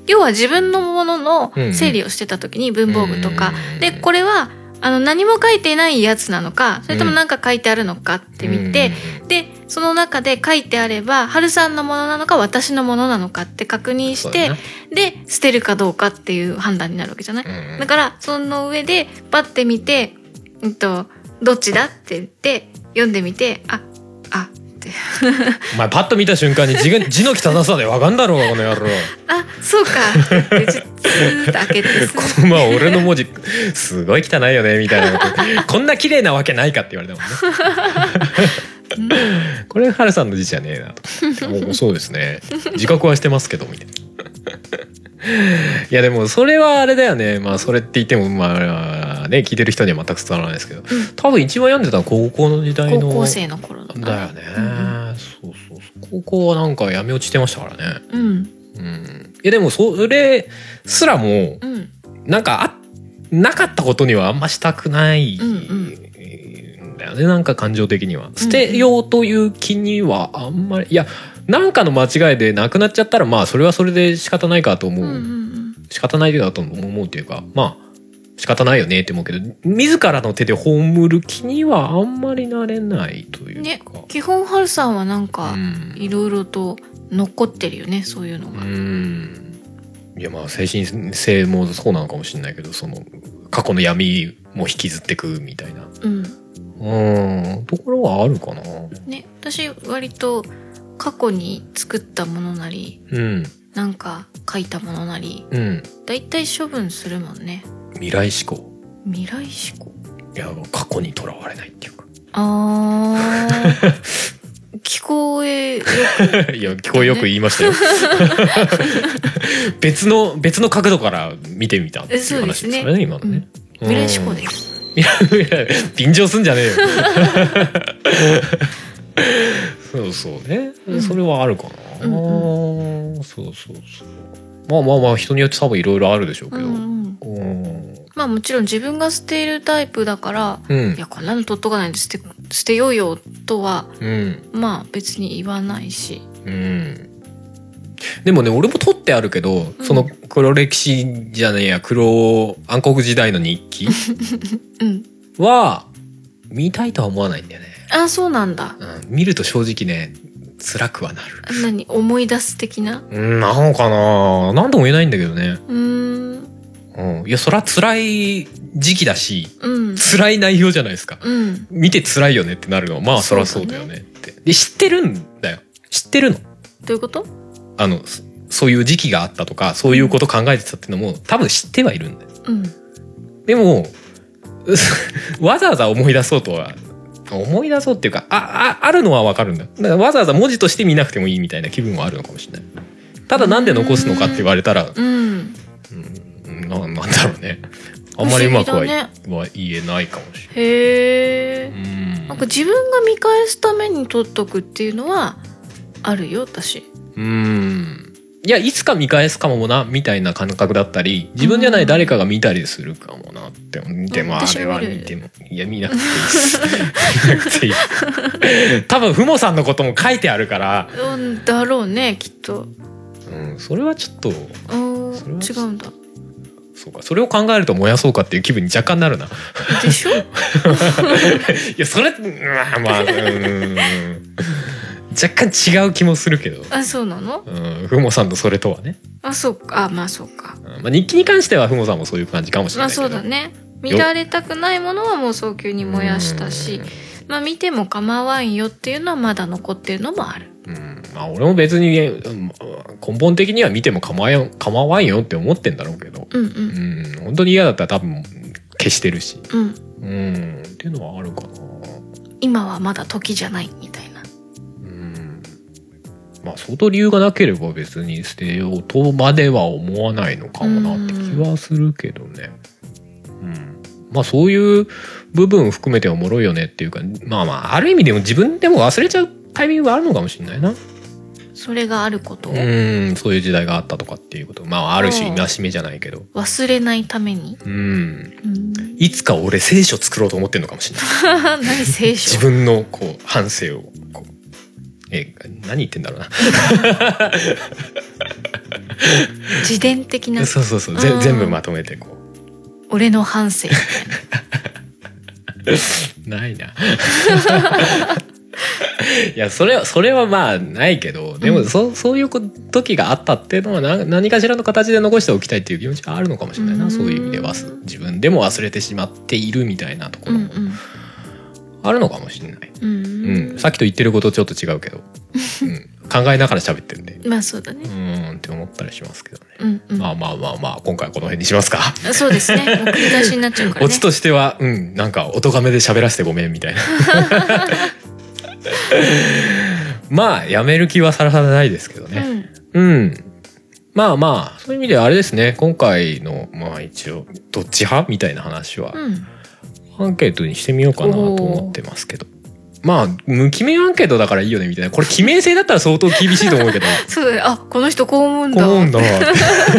要は自分のものの整理をしてた時に文房具とか、
うん
でこれはあの何も書いてないやつなのかそれとも何か書いてあるのかって見て、でその中で書いてあれば春さんのものなのか私のものなのかって確認
そ
し
うだ
て、
よね
で捨てるかどうかっていう判断になるわけじゃない、
うんうん
だからその上でパッて見て、うんと、どっちだって言って読んでみてああって
お前パッと見た瞬間に字が字の汚さでわかんだろうがこの野郎
あそうかって ちょっとスーッと開けてスーッ
こ のまあ俺の文字すごい汚いよねみたいなこと こんな綺麗なわけないかって言われたもんね これ春さんの字じゃねえなとおそうですね自覚はしてますけどみたいないやでもそれはあれだよねまあそれって言ってもまあね聞いてる人には全く伝わらないですけど多分一番読んでたのは高校の時代の
高校生の頃だ
だよね、
うん
そうそうそう高校はなんか闇落ちしてましたからね
うん
うんいやでもそれすらも
うん
なんかあなかったことにはあんましたくない
うん
んだよね、なんか感情的には捨てようという気にはあんまりいやなんかの間違いでなくなっちゃったらまあそれはそれで仕方ないかと思
う
う、
んうん
仕方ないだと思うっていうかまあ仕方ないよねって思うけど自らの手で葬る気にはあんまりなれないといううん
ね
か、
基本春さんはなん
う
か
ん
いろいろと残ってるよねそういうのが
う。んいやまあ精神性もそうなのかもしれないけどその過去の闇も引きずってくみたいな
うん
うんところはあるかな
ね私割と過去に作ったものなり
うん
なんか書いたものなり
うん
だいたい処分するもんね
未来思考
未来思考
いや過去にとらわれないっていうか
あー聞こえよ
いや聞こえよく言いましたよ 別の別の角度から見てみたっていう話ですからね今のね、
く未来思考です
いやいや便乗すんじゃねえよ そうそうね、
うん
それはあるかな、そうそうそうまあまあまあ人によって多分いろいろあるでしょうけ
う
ど、
ん
う
うん
ん
まあもちろん自分が捨てるタイプだから
う
い
ん
やこんなの取っとかないで捨て捨てようよとは
うん
まあ別に言わないし
うんでもね俺も取ってあるけど、
うん
その黒歴史じゃねえや黒暗黒時代の日記
うん
は見たいとは思わないんだよね、
あそうなんだ
うん、見ると正直ね辛くはなる
何思い出す的な
うんなのかな何とも言えないんだけどね
うーん
うん、いや、そら辛い時期だし、
うん
辛い内容じゃないですか。
うん
見て辛いよねってなるのは、まあそらそうだよねって。で、知ってるんだよ。知ってるの。
どういうこと
あの、そそういう時期があったとか、そういうこと考えてたっていうのも、多分知ってはいるんだよ。
うん
でも、 うわざわざ思い出そうとは、思い出そうっていうか、あ、あ、あるのはわかるんだよ。だからわざわざ文字として見なくてもいいみたいな気分はあるのかもしれない。ただなんで残すのかって言われたら、
うん
うん、ななんだろうね。あんまりうまくは,、
不思議だね
は言えないかもしれない。
へえ
うん
なんか自分が見返すために取っとくっていうのはあるよ私
うんいやいつか見返すかもなみたいな感覚だったり自分じゃない誰かが見たりするかもなってでもあ
私
れ
も
は
見る
見てもいや見なくていいです見な くていいです多分ふもさんのことも書いてあるから、
うんだろうねきっと
うん、それはちょっと
あー
それは
違うんだ
そうかそれを考えると燃やそうかっていう気分に若干なるない
でしょ
やそれうんまあうん若干違う気もするけど、
あそうなの
うん、ふもさんのそれとはね、
あそうかあまあそうか
うんまあ、日記に関してはふもさんもそういう感じかもしれ
ま
ない
あ
けど
そうだね見られたくないものはもう早急に燃やしたし
うん
まあ見ても構わんよっていうのはまだ残ってるのもある
うん、まあ俺も別に、うん根本的には見ても構えん構わんよって思ってんだろうけど、
うんう
うんん、本当に嫌だったら多分消してるし、
う
う
ん
ん、っていうのはあるかな。
今はまだ時じゃないみたいな
うん、まあ相当理由がなければ別に捨てようとまでは思わないのかもなって気はするけどね。うんまあそういう部分含めておもろいよねっていうかまあまあある意味でも自分でも忘れちゃうタイミングがあるのかもしれないな。
それがあることを
うんそういう時代があったとかっていうことまあある種戒めじゃないけど
忘れないために、
うん
うん、
いつか俺聖書作ろうと思ってるのかもしれない
何聖
自
書
分のこう反省をこうえ何言ってんだろうな
自伝的 な
そうそうそう
あ
ぜ
ー
全部まとめてこ
俺の反省
うない ないやそれはそれはまあないけどでもそ,、うそういうこ時があったっていうのはな何かしらの形で残しておきたいっていう気持ちがあるのかもしれないな
うん
そういう意味ではす自分でも忘れてしまっているみたいなとこ
うん
ろ
う
も
ん
あるのかもしれない、
うん
うんさっきと言ってることちょっと違うけど、うん、考えながら喋ってるんで
まあそうだ
う
ね
ーんって思ったりしますけどね、
うんうん
まあまあまあまあ今回はこの辺にしますか
そうですねもう繰り返しになっちゃう から
オ
ね
チとしてはうんなんかお咎めで喋らせてごめんみ たいなまあやめる気はさらさらないですけどねうん、まあまあそういう意味ではあれですね今回のまあ一応どっち派みたいな話は
うんうん
アンケートにしてみようかなと思ってますけどまあ無記名アンケートだからいいよねみたいなこれ記名制だったら相当厳しいと思うけど
そうだねあこの人こう思うんだ
こうんだ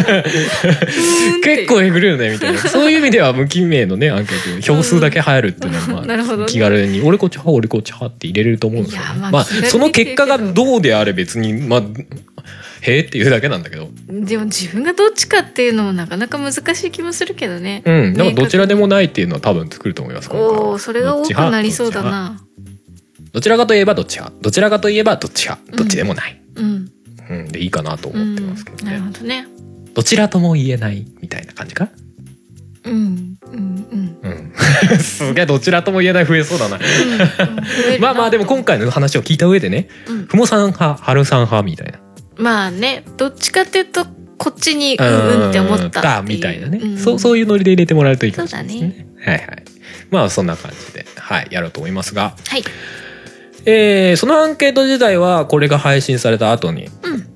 うんって
結構えぐるよねみたいなそういう意味では無記名のねアンケート票数だけ入るっていうのは、ま
なるほど
あ、
ね
気軽に「俺こっち派俺こっち派」って入れれると思うんですよ、
いや
ね、
ま
ま
あ
あ、
気軽に
その結果がどうであれ別にまあへえっていうだけなんだけど
でも自分がどっちかっていうのもなかなか難しい気もするけどね
うんだからどちらでもないっていうのは多分作ると思います今回は
おおそれが多くなりそうだな
どちらかといえばどっち派どちらかといえばどっち派どっちでもない、
うん
うんでいいかなと
う
思っ
ん
てますけど
な
ね、
るほどね
どちらとも言えないみたいな感じか
うんうんうん
うんすげえどちらとも言えない増えそうだな
うん
まあまあでも今回の話を聞いた上でね
うん
ふもさん派、はるさん派みたいな。
まあねどっちかっていうとこっちにうんうんって思ったっていう
だみたいなね、
うん
そう。そういうノリで入れてもらえるといいかもしれないです
そ
ね。はいはい。まあそんな感じで、はい、やろうと思いますが、
はい
えーそのアンケート自体はこれが配信された後に、
うん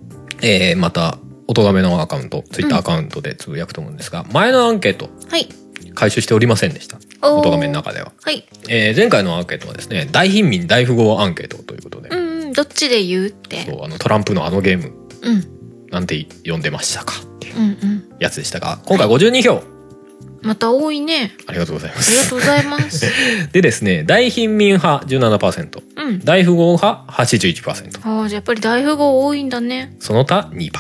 えーまた、おとがめのアカウント、ツイッターアカウントでつぶやくと思うんですが、前のアンケート、
はい
回収しておりませんでした。
おー
おとがめの中では。
はい
えー前回のアンケートはですね、大貧民大富豪アンケートということで、
うんうんどっちで言うって
そうあのトランプのあのゲーム、
うん
なんて呼んでましたかっていう
うんうん
やつでしたが、今回52票、
また多いね
ありがとうございま
ありが
す
と。うござ います
でですね、大貧民派17%、
うん
大富豪派81%、
ああじゃあやっぱり大富豪多いんだね
その他2%。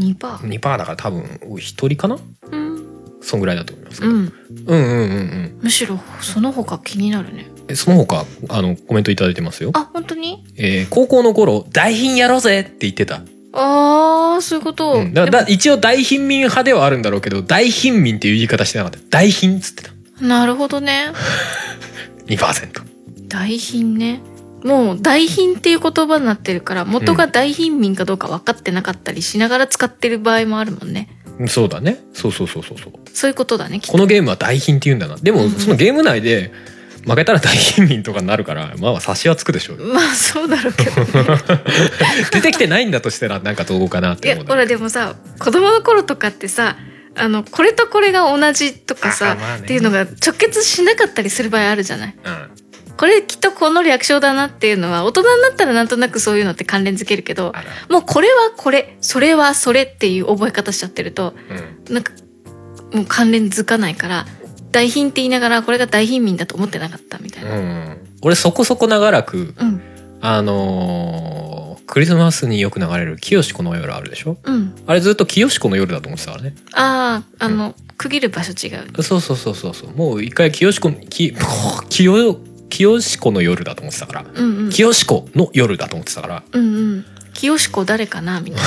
2パー
2%だから多分お一人かな
うん、
そんぐらいだと思いますけ
う
ど。うん
ん、
うんうんうん
むしろその他気になるね
え。その他、あの、コメントいただいてますよ。
あ本当に
えー高校の頃、大貧やろうぜって言ってた。
ああそういうこと、
うん。だだ
で
一応大貧民派ではあるんだろうけど、大貧民っていう言い方してなかった。大貧っつってた。
もなるほどね
2%。
大貧ねもう大貧っていう言葉になってるから元が大貧民かどうか分かってなかったりしながら使ってる場合もあるもんね
うんそうだね。そうそうそうそうそう。
そういうことだねきっ
ことのゲームは大貧って言うんだな。で
う
も、
ん
そのゲーム内で、負けたら大貧民とかになるから、まあ、察しはつくでしょう よ。
まあそうだろう けど
出てきてないんだとしたら、なんかどうかなっ
い
て
や
思う。
ほらでもさ子供の頃とかってさあのこれとこれが同じとか
あ
さ、
ーまあね
っていうのが直結しなかったりする場合あるじゃない
うん。
これきっとこの略称だなっていうのは大人になったらなんとなくそういうのって関連づけるけど
あら。
もうこれはこれそれはそれっていう覚え方しちゃってると
うん。
なんかもう関連づかないから大貧って言いながらこれが大貧民だと思ってなかったみたいうな。
ん。俺、そこそこ長らく、
うん
あのークリスマスによく流れる、清子の夜あるでしょ
うん、
あれずっと清子の夜だと思ってたからね。
あああの、区切る場所違う
そうそうそうそうそう。もう一回清子、き、 清、清子の夜だと思ってたから。
うんうん
清子の夜だと思ってたから。
うんうん清子誰かなみたい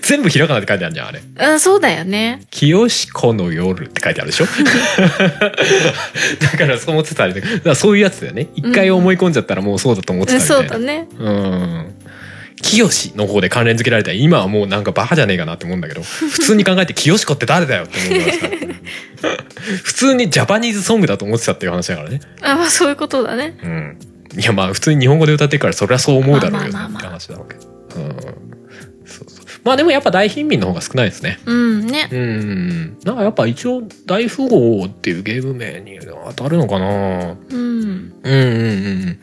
全部ひらがなって書いてあるじゃん、あれ。
なあそうだよね
清子の夜って書いてあるでしょ だからそう思ってたりねだからそういうやつだよね一回思い込んじゃったらもうそうだと思ってた
うん
みた
そ
い
う
な
だね
うん清しの方で関連付けられたら今はもうなんかバカじゃねえかなって思うんだけど普通に考えて清子って誰だよって思いました普通にジャパニーズソングだと思ってたっていう話だからね
あまあそういうことだね
うんいやまあ普通に日本語で歌ってるからそりゃそう思うだろうよって
まあまあまあま
話だわけうんそうそうまあでもやっぱ大貧民の方が少ないですね
うんね
うんなんかやっぱ一応大富豪っていうゲーム名に当たるのかな
うん
うんうんうん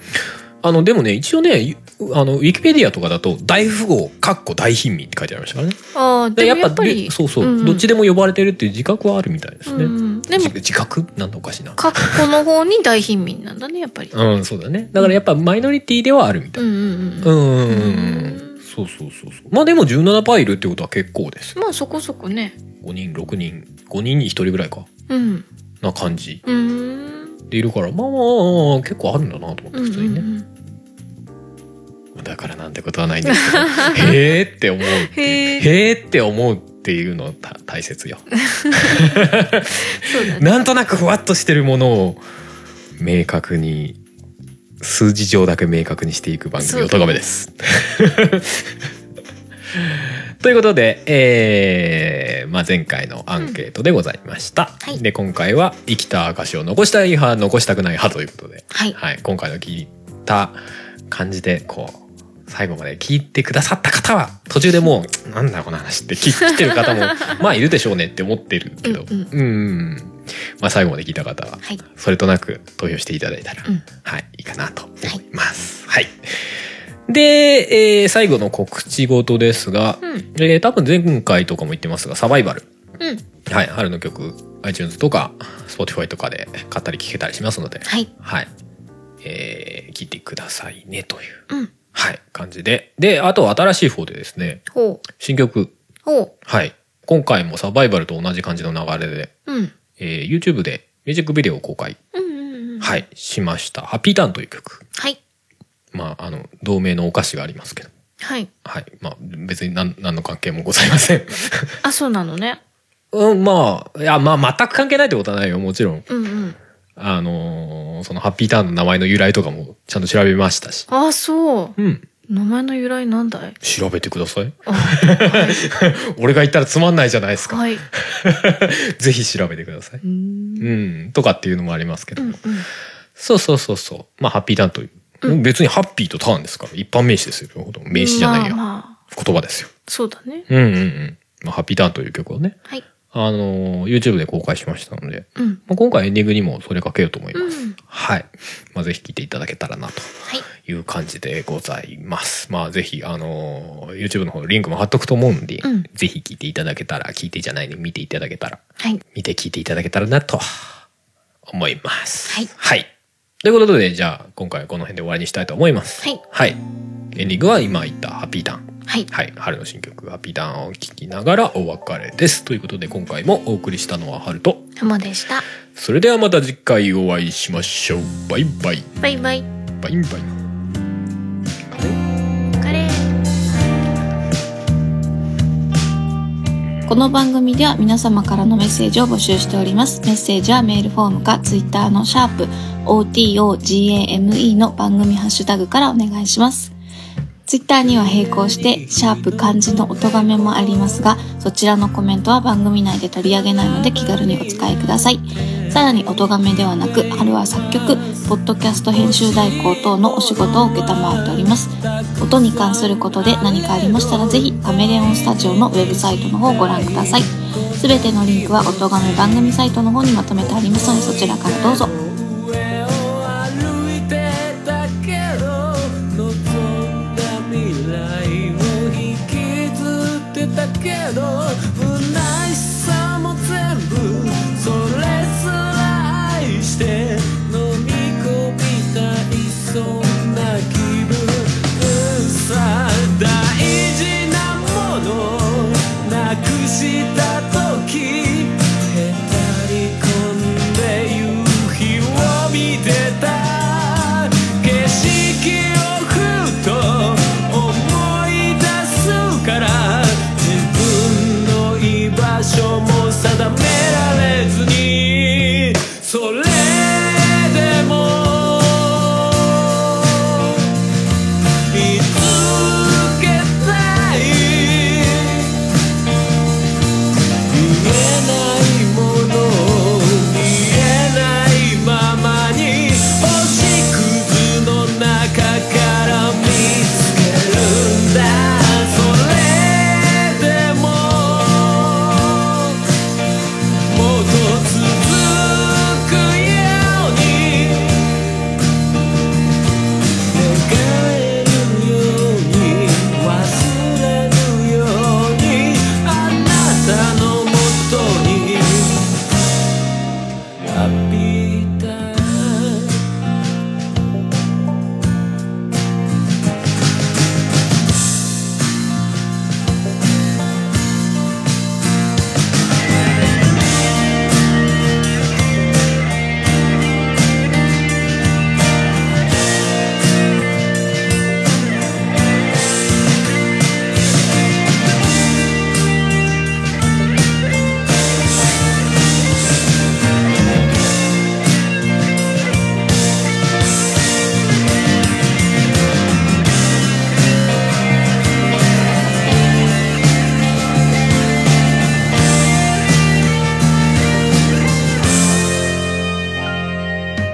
あのでもね一応ねあのウィキペディアとかだと大富豪かっこ大貧民って書いてありましたからね
ああ
で
で
やっ
もや
ぱ
っぱり
でそうそう、
んん
どっちでも呼ばれてるっていう自覚はあるみたいですね、
うんでも
自自覚なんだおかしいな
過去の方に大貧民なんだねやっぱり。
うんそうだねだからやっぱマイノリティではあるみた
う
い
ん
な
うん
う
う
んうん
ん。う
うんんそうそうそうそうまあでも17パーいるってことは結構です
まあそこそこね。
5人6人5人に1人ぐらいか
うん。
な感じ
うーん。
でいるからまあまあまあ結構あるんだなと思って
うん
普通にね、
うんうん
だからなんてことはないんですけ どへーって思うって
へ
い
ー
うへーって思うっていうのはた大切よ
そうだね。
なんとなくふわっとしてるものを明確に数字上だけ明確にしていく番組
そう
お
だ
と
ね
がめです。ということで、えーまあ、前回のアンケートでございました。
うんはい
で今回は生きた証を残したい派残したくない派ということで、
はい。
はい、今回の聞いた感じでこう最後まで聞いてくださった方は途中でもう「なんだこの話」って聞いてる 方もまあいるでしょうねって思ってるけど
うん
うんうんまあ、最後まで聞いた方は
はい。
それとなく投票していただいたら、
うん
はいいいかなと思います。はい、で、えー最後の告知事ですが、
うん
えー多分前回とかも言ってますが「サバイバル」
うん。
はい、春の曲 iTunes とか Spotify とかで買ったり聴けたりしますので。
はい。
はい。えー聞いてくださいねという、
うん。
はい、感じで。で、あと新しい方でですね、
ほう。
新曲、
ほ
はい。今回もサバイバルと同じ感じの流れで、
う。うん。
えー YouTube でミュージックビデオを公開、
うんうんうん。い。
はい、しました。ハッピーターンという曲。
はい。
まあ、あの、同名のお菓子がありますけど。
はい。
はい。まあ、別に何何の関係もございません。
あ、そうなのね。
うん、まあ、いや、まあ、全く関係ないってことはないよ、もちろん。
うんうん。
あのーそのハッピーターンの名前の由来とかもちゃんと調べましたし。
あ、そう。
うん。
名前の由来なんだい
調べてください。
あ、は
俺が言ったらつまんないじゃないです
い。
か。
はい。う
ぜひ調べてください
ー。ん。
うん。とかっていうのもありますけ
う
ど。
んうん。
そうそうそうそう。まあ、ハッピーターンという。別にハッピーとターンですから、一般名詞ですよ。名詞じゃないよ。
まあまあ、
言葉ですよ。
そうだね。
うんうんうん。まあ、ハッピーターンという曲をね、
はい。
あのー YouTube で公開しましたので、
うん。
まあ、今回エンディングにもそれかけようと思います。
うん
はい。まあ、ぜひ聴いていただけたらなと
はい。
いう感じでございます。まあ、ぜひ、あのー YouTube の方のリンクも貼っとくと思うんで、
うん
ぜひ聞いていただけたら、聞いてじゃないで見ていただけたら、
はい。
見て聞いていただけたらなと思います。
はい
ということで、じゃあ、今回はこの辺で終わりにしたいと思います。
はい。
エンディングは今言ったハッピーターン。
はい。
はい。春の新曲、ハッピーターンを聴きながらお別れです。ということで、今回もお送りしたのは春と、
ハモでした。
それではまた次回お会いしましょう。バイバイ。
バイ
バ
バイ。
イバイ。
カレー。
この番組では皆様からのメッセージを募集しております。メッセージはメールフォームかツイッターのシャープ o t o g a m e の番組ハッシュタグからお願いします。ツイッターには並行して、シャープ漢字の音がめもありますが、そちらのコメントは番組内で取り上げないので気軽にお使いください。さらに音がめではなく、春は作曲、ポッドキャスト編集代行等のお仕事を承っております。音に関することで何かありましたらぜひカメレオンスタジオのウェブサイトの方をご覧くださいすべてのリンクは音がめ番組サイトの方にまとめてありますのでそちらからどうぞ
上を歩いてたけど望んだ未来を引きずってたけど不悔しさも全部それすら愛して飲み込みたいそんな気分うんさ大事なものなくした時へたり込んで夕日をびた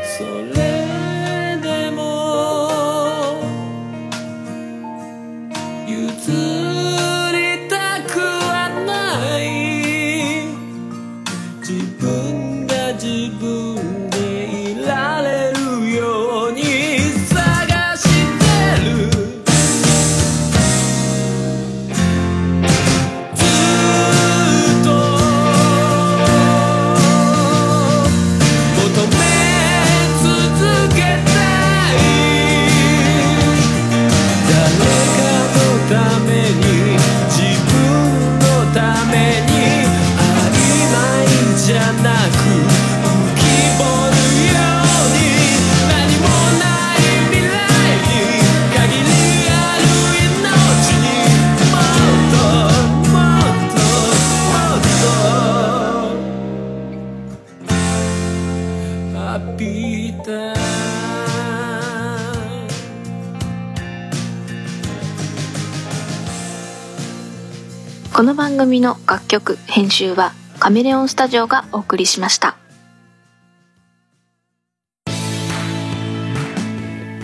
それでも譲りたくはない自分が自分でいられるように探してるずっと求め続けたい誰かのために自分のために曖昧じゃなく浮き彫るように何もない未来に限りある命にもっともっともっとhabitar.
「この番組の楽曲編集はカメレオンスタジオがお送りしました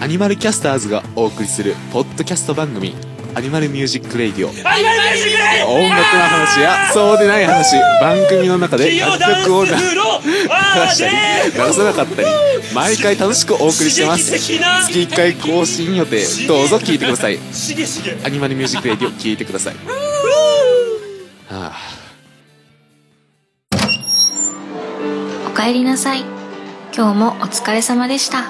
アニマルキャスターズがお送りするポッドキャスト番組アニマルミュージックレイディオ音楽の話やそうでない話番組の中で楽曲を流したり流さなかったり毎回楽しくお送りしてます月1回更新予定どうぞ聞いてくださいアニマルミュージックレイディオ聞いてくださいはあ
おかえりなさい今日もお疲れ様でした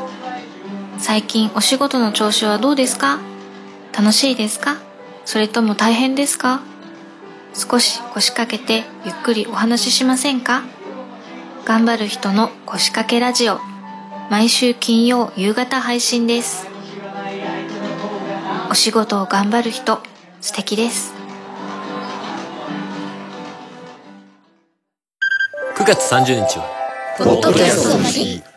最近お仕事の調子はどうですか楽しいですかそれとも大変ですか少し腰掛けてゆっくりお話ししませんか頑張る人の腰掛けラジオ毎週金曜夕方配信ですお仕事を頑張る人素敵です
9月30日は
ポッドキャストの日